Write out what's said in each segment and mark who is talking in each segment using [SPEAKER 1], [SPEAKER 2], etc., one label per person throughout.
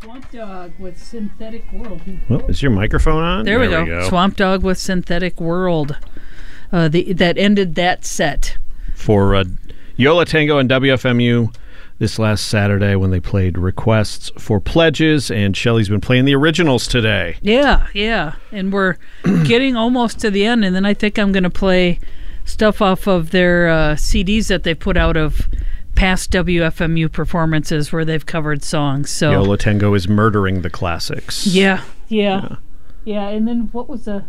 [SPEAKER 1] Swamp Dog with Synthetic World.
[SPEAKER 2] Well, is your microphone on?
[SPEAKER 3] There, we, go. Swamp Dog with Synthetic World. Uh, the that ended that set.
[SPEAKER 2] For uh, Yola Tango and WFMU this last Saturday when they played requests for pledges, and Shelly's been playing the originals today.
[SPEAKER 3] Yeah, yeah. And we're getting almost to the end, and then I think I'm going to play stuff off of their uh, CDs that they've put out of past WFMU performances where they've covered songs. So
[SPEAKER 2] Yola Tango is murdering the classics.
[SPEAKER 3] Oh. yeah, yeah, yeah, And then what was the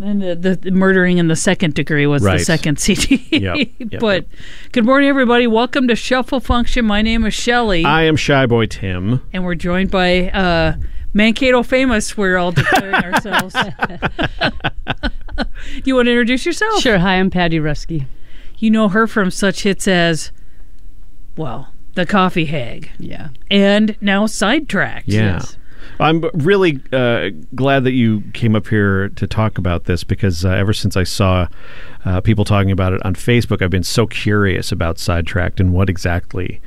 [SPEAKER 3] then the, the, the murdering in the second degree was
[SPEAKER 2] Right.
[SPEAKER 3] the second CD.
[SPEAKER 2] Yep, yep,
[SPEAKER 3] but
[SPEAKER 2] yep.
[SPEAKER 3] good morning, everybody. Welcome to Shuffle Function. My name is Shelley,
[SPEAKER 2] I am Shy Boy Tim.
[SPEAKER 3] and we're joined by uh, Mankato Famous. We're all declaring ourselves. you want to introduce yourself?
[SPEAKER 4] Sure. Hi, I'm Patty Rusky.
[SPEAKER 3] You know her from such hits as, well, The Coffee Hag,
[SPEAKER 4] Yeah.
[SPEAKER 3] and now Sidetracked.
[SPEAKER 2] Yeah. I'm really uh, glad that you came up here to talk about this because uh, ever since I saw uh, people talking about it on Facebook, I've been so curious about Sidetracked and what exactly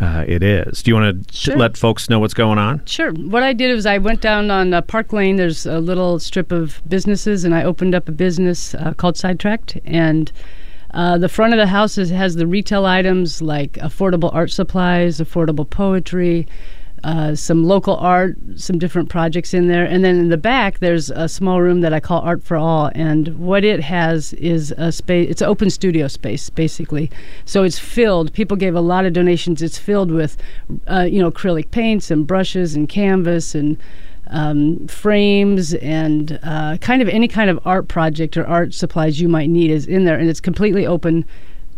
[SPEAKER 2] uh, it is. Do you want to
[SPEAKER 4] Sure.
[SPEAKER 2] let folks know what's going on?
[SPEAKER 4] Sure. What I did was I went down on uh, Park Lane. There's a little strip of businesses, and I opened up a business uh, called Sidetracked. And uh, the front of the house is, has the retail items like affordable art supplies, affordable poetry, uh, some local art, some different projects in there. And then in the back, there's a small room that I call Art for All. And what it has is a space, it's an open studio space, basically. So it's filled, people gave a lot of donations. It's filled with, uh, you know, acrylic paints and brushes and canvas and um, frames and uh, kind of any kind of art project or art supplies you might need is in there. And it's completely open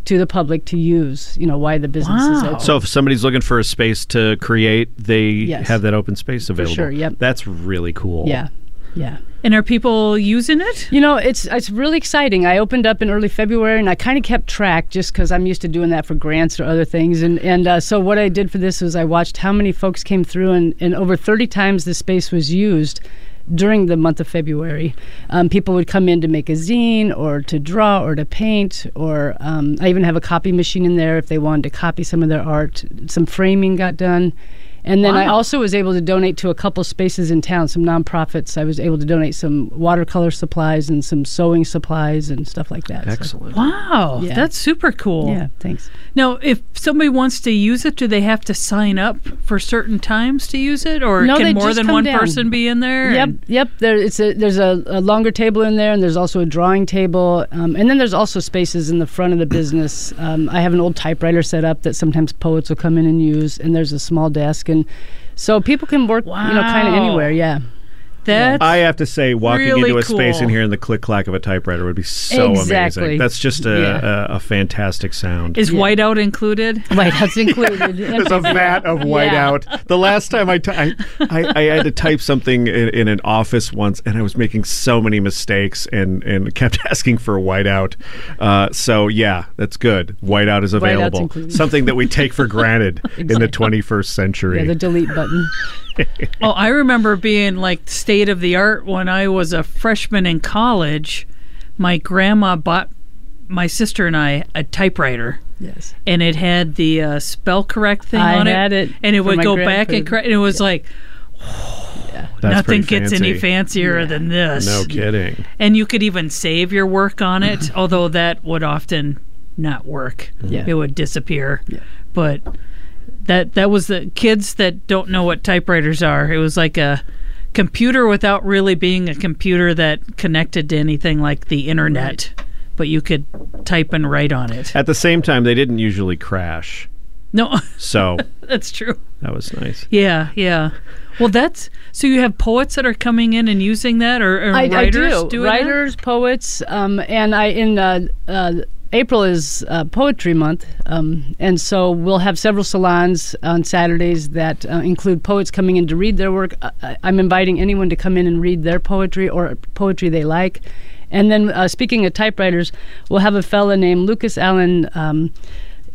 [SPEAKER 4] to the public to use, you know, why the business is
[SPEAKER 3] Wow.
[SPEAKER 4] open.
[SPEAKER 2] So if somebody's looking for a space to create, they
[SPEAKER 4] Yes.
[SPEAKER 2] have that open space available.
[SPEAKER 4] sure, yep.
[SPEAKER 2] That's really cool.
[SPEAKER 4] yeah. Yeah.
[SPEAKER 3] And are people using it?
[SPEAKER 4] You know, it's it's really exciting. I opened up in early February, and I kind of kept track just because I'm used to doing that for grants or other things. And and uh, so what I did for this was I watched how many folks came through, and, and over 30 times the space was used during the month of February. Um, people would come in to make a zine or to draw or to paint, or um, I even have a copy machine in there if they wanted to copy some of their art. Some framing got done. And then I
[SPEAKER 3] Wow.
[SPEAKER 4] also was able to donate to a couple spaces in town, some nonprofits. I was able to donate some watercolor supplies and some sewing supplies and stuff like that. So,
[SPEAKER 2] Excellent.
[SPEAKER 3] Wow,
[SPEAKER 4] Yeah.
[SPEAKER 3] that's super cool.
[SPEAKER 4] yeah, thanks.
[SPEAKER 3] Now, if somebody wants to use it, do they have to sign up for certain times to use it, or
[SPEAKER 4] No,
[SPEAKER 3] can
[SPEAKER 4] they
[SPEAKER 3] more
[SPEAKER 4] just
[SPEAKER 3] than
[SPEAKER 4] come
[SPEAKER 3] one
[SPEAKER 4] down.
[SPEAKER 3] person be in there?
[SPEAKER 4] Yep,
[SPEAKER 3] And-
[SPEAKER 4] yep. There, it's a, there's a, a longer table in there, and there's also a drawing table, um, and then there's also spaces in the front of the business. Um, I have an old typewriter set up that sometimes poets will come in and use, and there's a small desk, and so people can work, you know, kind of
[SPEAKER 3] Wow.
[SPEAKER 4] anywhere. Yeah,
[SPEAKER 3] that's
[SPEAKER 2] I have to say, walking
[SPEAKER 3] Really
[SPEAKER 2] into a space
[SPEAKER 3] cool.
[SPEAKER 2] in here in the click clack of a typewriter would be so
[SPEAKER 4] Exactly.
[SPEAKER 2] amazing. That's just a,
[SPEAKER 4] Yeah.
[SPEAKER 2] a, a fantastic sound.
[SPEAKER 3] is whiteout included?
[SPEAKER 4] right. That's included.
[SPEAKER 2] There's a vat of whiteout. The last time I ty- I I- I had to type something in, in an office once, and I was making so many mistakes and, and kept asking for whiteout. Uh, so, yeah, that's good. Whiteout is available.
[SPEAKER 4] included.
[SPEAKER 2] Something that we take for granted in the 21st century.
[SPEAKER 4] yeah, the delete button.
[SPEAKER 3] Oh, I remember being like state of the art when I was a freshman in college. My grandma bought my sister and I a typewriter.
[SPEAKER 4] Yes.
[SPEAKER 3] and it had the uh, spell correct thing
[SPEAKER 4] I
[SPEAKER 3] on it.
[SPEAKER 4] had it
[SPEAKER 3] and it
[SPEAKER 4] for
[SPEAKER 3] would
[SPEAKER 4] my
[SPEAKER 3] go back and
[SPEAKER 4] grandfood.
[SPEAKER 3] correct. And it was like
[SPEAKER 2] That's
[SPEAKER 3] nothing
[SPEAKER 2] pretty
[SPEAKER 3] gets
[SPEAKER 2] fancy.
[SPEAKER 3] any fancier than this.
[SPEAKER 2] No kidding.
[SPEAKER 3] And you could even save your work on it, although that would often not work.
[SPEAKER 4] Yeah.
[SPEAKER 3] It would disappear. But that that was the kids that don't know what typewriters are. It was like a computer without really being a computer that connected to anything like the internet. But you could type and write on it.
[SPEAKER 2] At the same time, they didn't usually crash.
[SPEAKER 3] No,
[SPEAKER 2] So,
[SPEAKER 3] that's true.
[SPEAKER 2] that was nice.
[SPEAKER 3] Yeah, yeah. Well, that's so you have poets that are coming in and using that, or, or
[SPEAKER 4] I, I
[SPEAKER 3] writers
[SPEAKER 4] do.
[SPEAKER 3] doing that?
[SPEAKER 4] writers, poets, um, and I in uh, uh, April is uh, Poetry Month, um, and so we'll have several salons on Saturdays that uh, include poets coming in to read their work. Uh, I- I'm inviting anyone to come in and read their poetry or poetry they like. And then, uh, speaking of typewriters, we'll have a fella named Lucas Allen. Um,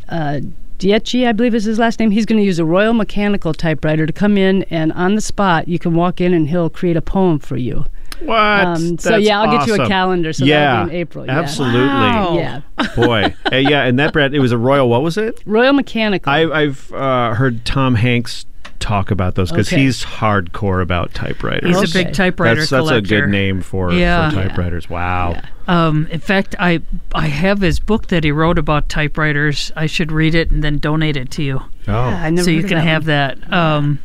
[SPEAKER 4] uh, Dietchi, I believe is his last name. He's going to use a Royal Mechanical typewriter to come in, and on the spot, you can walk in and he'll create a poem for you.
[SPEAKER 2] What?
[SPEAKER 4] Um, so,
[SPEAKER 2] That's
[SPEAKER 4] yeah, I'll get you a
[SPEAKER 2] awesome.
[SPEAKER 4] calendar, so that'll
[SPEAKER 2] yeah,
[SPEAKER 4] be in April, yeah.
[SPEAKER 2] Absolutely.
[SPEAKER 3] Wow.
[SPEAKER 4] Yeah.
[SPEAKER 2] Boy. Hey, yeah, and that Brad, it was a royal. What was it?
[SPEAKER 4] Royal Mechanical.
[SPEAKER 2] I, I've uh, heard Tom Hanks talk about those because
[SPEAKER 4] Okay.
[SPEAKER 2] he's hardcore about typewriters.
[SPEAKER 3] He's a
[SPEAKER 4] Okay.
[SPEAKER 3] big typewriter
[SPEAKER 2] that's, that's a
[SPEAKER 3] collector.
[SPEAKER 2] good name for,
[SPEAKER 3] Yeah.
[SPEAKER 2] for
[SPEAKER 3] Yeah.
[SPEAKER 2] typewriters. Wow.
[SPEAKER 3] Um, in fact, I I have his book that he wrote about typewriters. I should read it and then donate it to you,
[SPEAKER 4] Yeah, I
[SPEAKER 2] Oh.
[SPEAKER 4] never
[SPEAKER 3] so you
[SPEAKER 4] heard of
[SPEAKER 3] can
[SPEAKER 4] that
[SPEAKER 3] have
[SPEAKER 4] one.
[SPEAKER 3] that. Um,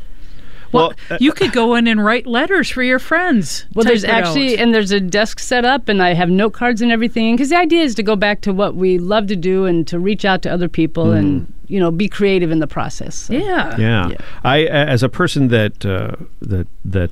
[SPEAKER 2] Well,
[SPEAKER 3] well,
[SPEAKER 2] uh,
[SPEAKER 3] you could go in and write letters for your friends.
[SPEAKER 4] Well, there's
[SPEAKER 3] Type it
[SPEAKER 4] actually,
[SPEAKER 3] out.
[SPEAKER 4] and there's a desk set up, and I have note cards and everything. Because the idea is to go back to what we love to do and to reach out to other people and,
[SPEAKER 2] Mm-hmm.
[SPEAKER 4] you know, be creative in the process. So.
[SPEAKER 3] yeah.
[SPEAKER 2] Yeah.
[SPEAKER 4] Yeah.
[SPEAKER 2] I, a- as a person that uh, that that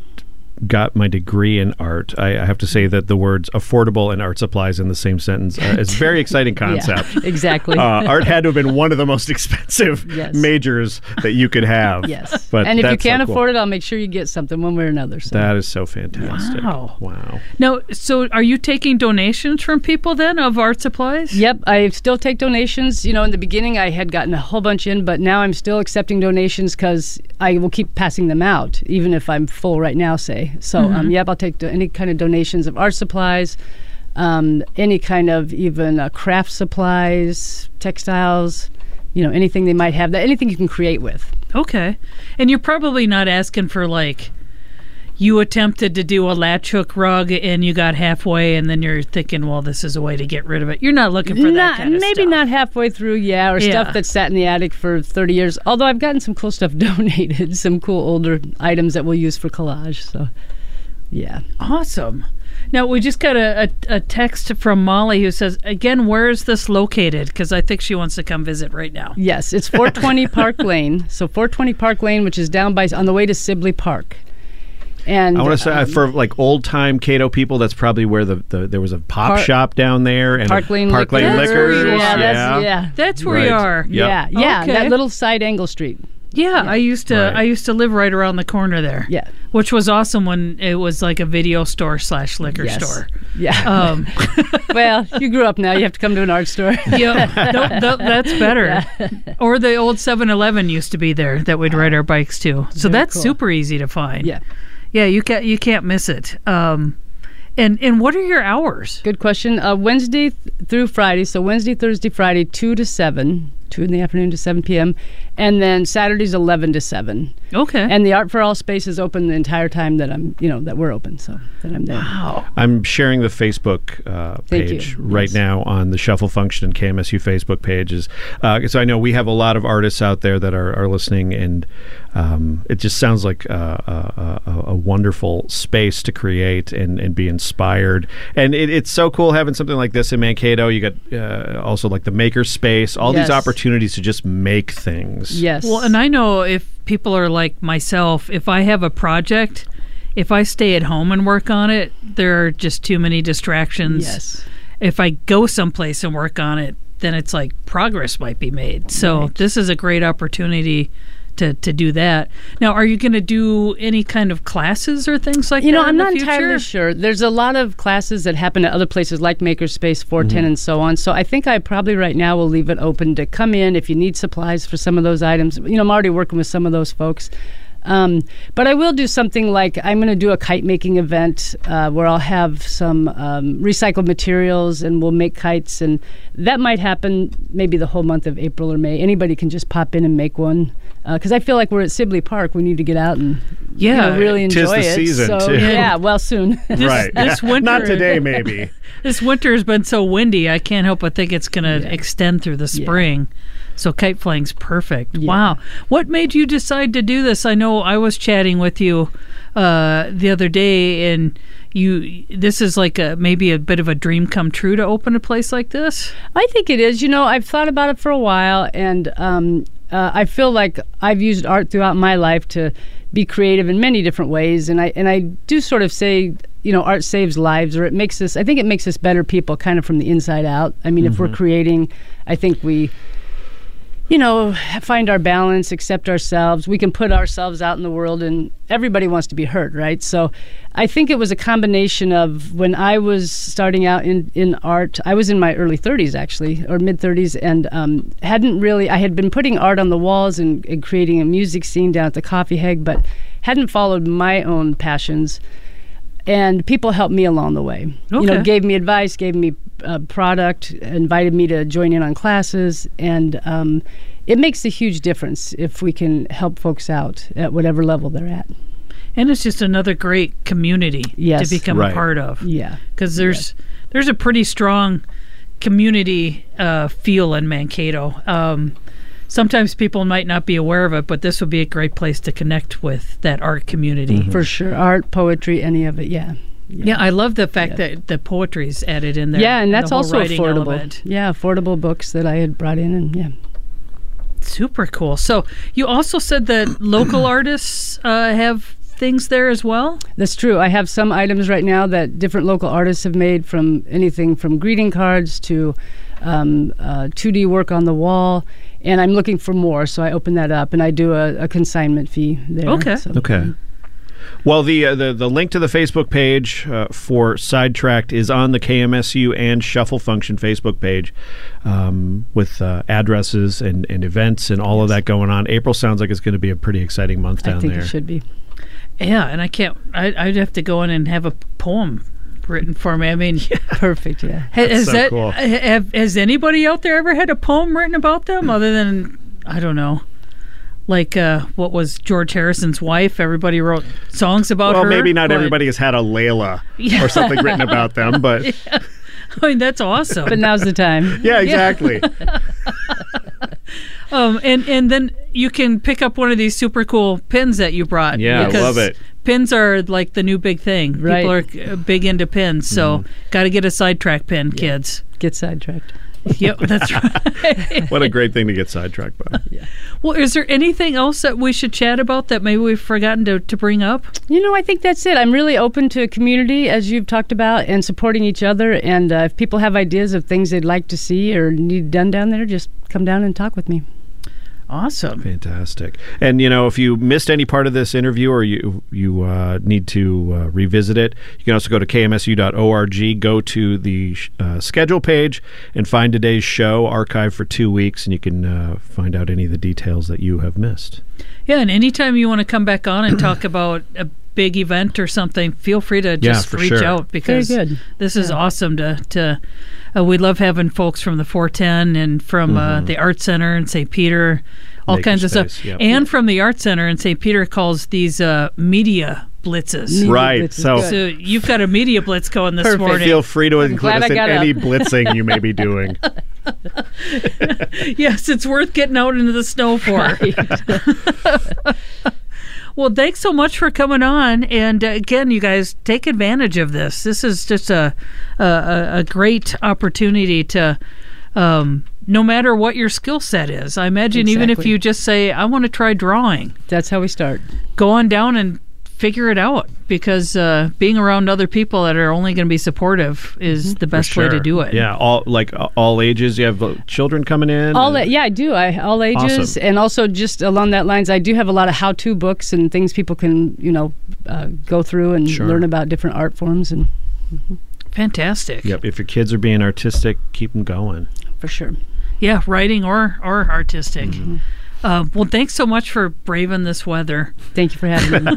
[SPEAKER 2] got my degree in art, I, I have to say that the words affordable and art supplies in the same sentence uh, is a very exciting concept.
[SPEAKER 4] Yeah, exactly.
[SPEAKER 2] Uh, art had to have been one of the most expensive
[SPEAKER 4] Yes.
[SPEAKER 2] majors that you could have.
[SPEAKER 4] yes.
[SPEAKER 2] but
[SPEAKER 4] and if you
[SPEAKER 2] that's so
[SPEAKER 4] can't
[SPEAKER 2] cool.
[SPEAKER 4] afford it, I'll make sure you get something one way or another. So.
[SPEAKER 2] that is so fantastic.
[SPEAKER 3] Wow.
[SPEAKER 2] Wow.
[SPEAKER 3] Now, so are you taking donations from people then of art supplies?
[SPEAKER 4] Yep, I still take donations. You know, in the beginning, I had gotten a whole bunch in, but now I'm still accepting donations because I will keep passing them out, even if I'm full right now, say. So, um, yep, I'll take do- any kind of donations of art supplies, um, any kind of even uh, craft supplies, textiles, you know, anything they might have, that anything you can create with.
[SPEAKER 3] Okay. And you're probably not asking for like you attempted to do a latch hook rug and you got halfway and then you're thinking, well, this is a way to get rid of it. You're not looking for that
[SPEAKER 4] Not-
[SPEAKER 3] kind of
[SPEAKER 4] maybe
[SPEAKER 3] stuff.
[SPEAKER 4] not halfway through, yeah, or
[SPEAKER 3] Yeah.
[SPEAKER 4] stuff that sat in the attic for 30 years. Although I've gotten some cool stuff donated, some cool older items that we'll use for collage. So, yeah.
[SPEAKER 3] Awesome. Now we just got a, a, a text from Molly who says, "Again, where is this located?" Because I think she wants to come visit right now.
[SPEAKER 4] Yes, it's 420 Park Lane. So 420 Park Lane, which is down by on the way to Sibley Park. And um,
[SPEAKER 2] I want to say uh, for like old time Cato people, that's probably where the, the there was a pop
[SPEAKER 4] Park-
[SPEAKER 2] shop down there and a
[SPEAKER 4] Park Lane
[SPEAKER 2] Park Lane
[SPEAKER 3] Liquors.
[SPEAKER 2] Liquors.
[SPEAKER 4] Yeah, that's, yeah.
[SPEAKER 3] That's where
[SPEAKER 2] Right.
[SPEAKER 3] you are.
[SPEAKER 2] Yep.
[SPEAKER 4] Yeah, yeah,
[SPEAKER 3] Okay.
[SPEAKER 4] that little side angle street.
[SPEAKER 3] Yeah, I used to
[SPEAKER 2] Right.
[SPEAKER 3] I used to live right around the corner there.
[SPEAKER 4] Yeah.
[SPEAKER 3] which was awesome when it was like a video store slash liquor
[SPEAKER 4] Yes.
[SPEAKER 3] store.
[SPEAKER 4] Yeah.
[SPEAKER 3] Um,
[SPEAKER 4] well, you grew up now. You have to come to an art store.
[SPEAKER 3] yeah, no, no, that's better. Or the old 7-Eleven used to be there that we'd ride our bikes to. So that's
[SPEAKER 4] cool.
[SPEAKER 3] super easy to find.
[SPEAKER 4] yeah.
[SPEAKER 3] yeah, you can't you can't miss it. Um, and and what are your hours?
[SPEAKER 4] Good question. Uh, Wednesday th- through Friday, so Wednesday, Thursday, Friday, two to seven, two in the afternoon to seven p.m., and then Saturdays eleven to seven.
[SPEAKER 3] Okay.
[SPEAKER 4] And the Art for All space is open the entire time that I'm, you know, that we're open, so that I'm there.
[SPEAKER 3] wow.
[SPEAKER 2] I'm sharing the Facebook uh,
[SPEAKER 4] Thank you.
[SPEAKER 2] page right
[SPEAKER 4] Yes.
[SPEAKER 2] now on the Shuffle Function and KMSU Facebook pages. Uh, so I know we have a lot of artists out there that are, are listening, and um, it just sounds like uh, a, a, a wonderful space to create and, and be inspired. And it, it's so cool having something like this in Mankato. You got uh, also like the maker space, all
[SPEAKER 4] Yes.
[SPEAKER 2] these opportunities to just make things.
[SPEAKER 4] Yes.
[SPEAKER 3] Well, and I know if people are like myself, if I have a project, if I stay at home and work on it, there are just too many distractions.
[SPEAKER 4] yes.
[SPEAKER 3] If I go someplace and work on it, then it's like progress might be made. So this is a great opportunity to, to do that. Now, are you going to do any kind of classes or things like
[SPEAKER 4] You
[SPEAKER 3] that?
[SPEAKER 4] know, I'm
[SPEAKER 3] in the
[SPEAKER 4] not
[SPEAKER 3] future?
[SPEAKER 4] entirely sure. There's a lot of classes that happen at other places like Makerspace, 410, and so on. So I think I probably right now will leave it open to come in if you need supplies for some of those items. You know, I'm already working with some of those folks. Um, but I will do something like I'm going to do a kite making event uh, where I'll have some um, recycled materials and we'll make kites. And that might happen maybe the whole month of April or May. Anybody can just pop in and make one. Because I feel like we're at Sibley Park. We need to get out and you
[SPEAKER 3] Yeah.
[SPEAKER 4] know, really
[SPEAKER 2] Tis
[SPEAKER 4] enjoy
[SPEAKER 2] the
[SPEAKER 4] it.
[SPEAKER 2] season,
[SPEAKER 4] so,
[SPEAKER 2] too.
[SPEAKER 4] Yeah, well, soon.
[SPEAKER 2] right.
[SPEAKER 3] this winter-
[SPEAKER 2] Not today, maybe.
[SPEAKER 3] This winter has been so windy, I can't help but think it's going to extend through the spring. So kite flying's perfect. Wow. What made you decide to do this? I know I was chatting with you uh, the other day, and you. This is like a maybe a bit of a dream come true to open a place like this.
[SPEAKER 4] I think it is. You know, I've thought about it for a while, and um, uh, I feel like I've used art throughout my life to be creative in many different ways. And I and I do sort of say, you know, art saves lives, or it makes us. I think it makes us better people, kind of from the inside out. I mean,
[SPEAKER 2] Mm-hmm.
[SPEAKER 4] if we're creating, I think we. You know, find our balance, accept ourselves. We can put ourselves out in the world, and everybody wants to be heard, right? So, I think it was a combination of when I was starting out in, in art. I was in my early 30s, actually, or mid 30s, and um, hadn't really. I had been putting art on the walls and, and creating a music scene down at the Coffee Hag, but hadn't followed my own passions and people helped me along the way. You know,
[SPEAKER 3] Okay.
[SPEAKER 4] gave me advice, gave me uh, product, invited me to join in on classes, and um, it makes a huge difference if we can help folks out at whatever level they're at.
[SPEAKER 3] And it's just another great community
[SPEAKER 4] Yes.
[SPEAKER 3] to become
[SPEAKER 2] Right.
[SPEAKER 3] a part of.
[SPEAKER 4] Yeah.
[SPEAKER 3] because there's there's a pretty strong community uh, feel in Mankato. Um, sometimes people might not be aware of it, but this would be a great place to connect with that art community.
[SPEAKER 4] For sure. Art, poetry, any of it. Yeah.
[SPEAKER 3] Yeah, I love the fact that the poetry's added in there.
[SPEAKER 4] yeah, and
[SPEAKER 3] the
[SPEAKER 4] that's
[SPEAKER 3] whole
[SPEAKER 4] also
[SPEAKER 3] writing
[SPEAKER 4] affordable.
[SPEAKER 3] element.
[SPEAKER 4] Yeah, affordable books that I had brought in and yeah.
[SPEAKER 3] Super cool. So you also said that local artists uh, have things there as well.
[SPEAKER 4] That's true. I have some items right now that different local artists have made from anything from greeting cards to um, uh, 2D work on the wall. And I'm looking for more, so I open that up and I do a, a consignment fee there.
[SPEAKER 3] Okay.
[SPEAKER 4] so-
[SPEAKER 2] Okay. Well, the, uh, the the link to the Facebook page uh, for Sidetracked is on the KMSU and Shuffle Function Facebook page um, with uh, addresses and, and events and all of that going on. April sounds like it's going to be a pretty exciting month down
[SPEAKER 4] I think
[SPEAKER 2] there.
[SPEAKER 4] it should be.
[SPEAKER 3] Yeah, and I can't. I, I'd have to go in and have a poem written for me. I mean,
[SPEAKER 4] Perfect, yeah.
[SPEAKER 3] Ha- Has
[SPEAKER 2] so
[SPEAKER 3] that
[SPEAKER 2] cool.
[SPEAKER 3] ha- have, has anybody out there ever had a poem written about them other than I don't know, like uh, what was George Harrison's wife? Everybody wrote songs about
[SPEAKER 2] Well,
[SPEAKER 3] her.
[SPEAKER 2] maybe not
[SPEAKER 3] but-
[SPEAKER 2] everybody has had a Layla
[SPEAKER 3] Yeah.
[SPEAKER 2] or something written about them, but
[SPEAKER 3] I mean, that's awesome.
[SPEAKER 4] But now's the time.
[SPEAKER 2] yeah, exactly.
[SPEAKER 3] um, and and then you can pick up one of these super cool pins that you brought.
[SPEAKER 2] Yeah, I
[SPEAKER 3] because
[SPEAKER 2] love it.
[SPEAKER 3] Pins are like the new big thing.
[SPEAKER 4] Right.
[SPEAKER 3] People are uh, big into pins,
[SPEAKER 2] Mm.
[SPEAKER 3] so got to get a sidetrack pin, kids.
[SPEAKER 4] Get sidetracked.
[SPEAKER 3] yep, that's right.
[SPEAKER 2] what a great thing to get sidetracked by.
[SPEAKER 3] Well, is there anything else that we should chat about that maybe we've forgotten to, to bring up?
[SPEAKER 4] You know, I think that's it. I'm really open to community, as you've talked about, and supporting each other. And uh, if people have ideas of things they'd like to see or need done down there, just come down and talk with me.
[SPEAKER 3] Awesome.
[SPEAKER 2] Fantastic. And you know, if you missed any part of this interview or you you uh, need to uh, revisit it, you can also go to kmsu.org, go to the sh- uh, schedule page, and find today's show archive for two weeks, and you can uh, find out any of the details that you have missed.
[SPEAKER 3] Yeah, and anytime you want to come back on and talk about a big event or something, feel free to
[SPEAKER 2] Yeah,
[SPEAKER 3] just
[SPEAKER 2] for
[SPEAKER 3] reach
[SPEAKER 2] sure.
[SPEAKER 3] out because
[SPEAKER 4] Very good.
[SPEAKER 3] this is awesome to to uh, we love having folks from the 410 and from uh, the Art Center in St. Peter, all
[SPEAKER 2] Makerspace,
[SPEAKER 3] kinds of stuff.
[SPEAKER 2] Mm-hmm. yep.
[SPEAKER 3] And from the Art Center in St. Peter calls these uh, media blitzes.
[SPEAKER 4] Media
[SPEAKER 2] Right,
[SPEAKER 4] blitzes.
[SPEAKER 2] so-
[SPEAKER 4] Good.
[SPEAKER 3] So you've got a media blitz going this
[SPEAKER 4] Perfect.
[SPEAKER 3] morning.
[SPEAKER 2] Feel free to include
[SPEAKER 4] glad
[SPEAKER 2] us
[SPEAKER 4] I
[SPEAKER 2] in
[SPEAKER 4] got
[SPEAKER 2] any
[SPEAKER 4] up.
[SPEAKER 2] blitzing you may be doing.
[SPEAKER 3] yes, it's worth getting out into the snow for. well, thanks so much for coming on, and uh, again, you guys take advantage of this. This is just a a- a, a great opportunity to. Um, no matter what your skill set is, I imagine even if
[SPEAKER 4] Exactly.
[SPEAKER 3] you just say, "I want to try drawing,"
[SPEAKER 4] That's how we start.
[SPEAKER 3] go on down and figure it out because uh, being around other people that are only going to be supportive is the best way to
[SPEAKER 2] Mm-hmm. Sure.
[SPEAKER 3] do it.
[SPEAKER 2] Yeah, all like uh, all ages. You have uh, children coming in.
[SPEAKER 4] All
[SPEAKER 2] and-
[SPEAKER 4] that, yeah, I do. I all ages,
[SPEAKER 2] Awesome.
[SPEAKER 4] and also just along that lines, I do have a lot of how-to books and things people can, you know, uh, go through and
[SPEAKER 2] Sure.
[SPEAKER 4] learn about different art forms and
[SPEAKER 3] fantastic.
[SPEAKER 2] Yep. If your kids are being artistic, keep them going.
[SPEAKER 4] for sure.
[SPEAKER 3] Yeah, writing or or artistic. Uh, well, thanks so much for braving this weather,
[SPEAKER 4] Thank you for having me.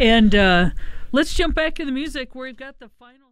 [SPEAKER 3] and uh, let's jump back to the music where we've got the final.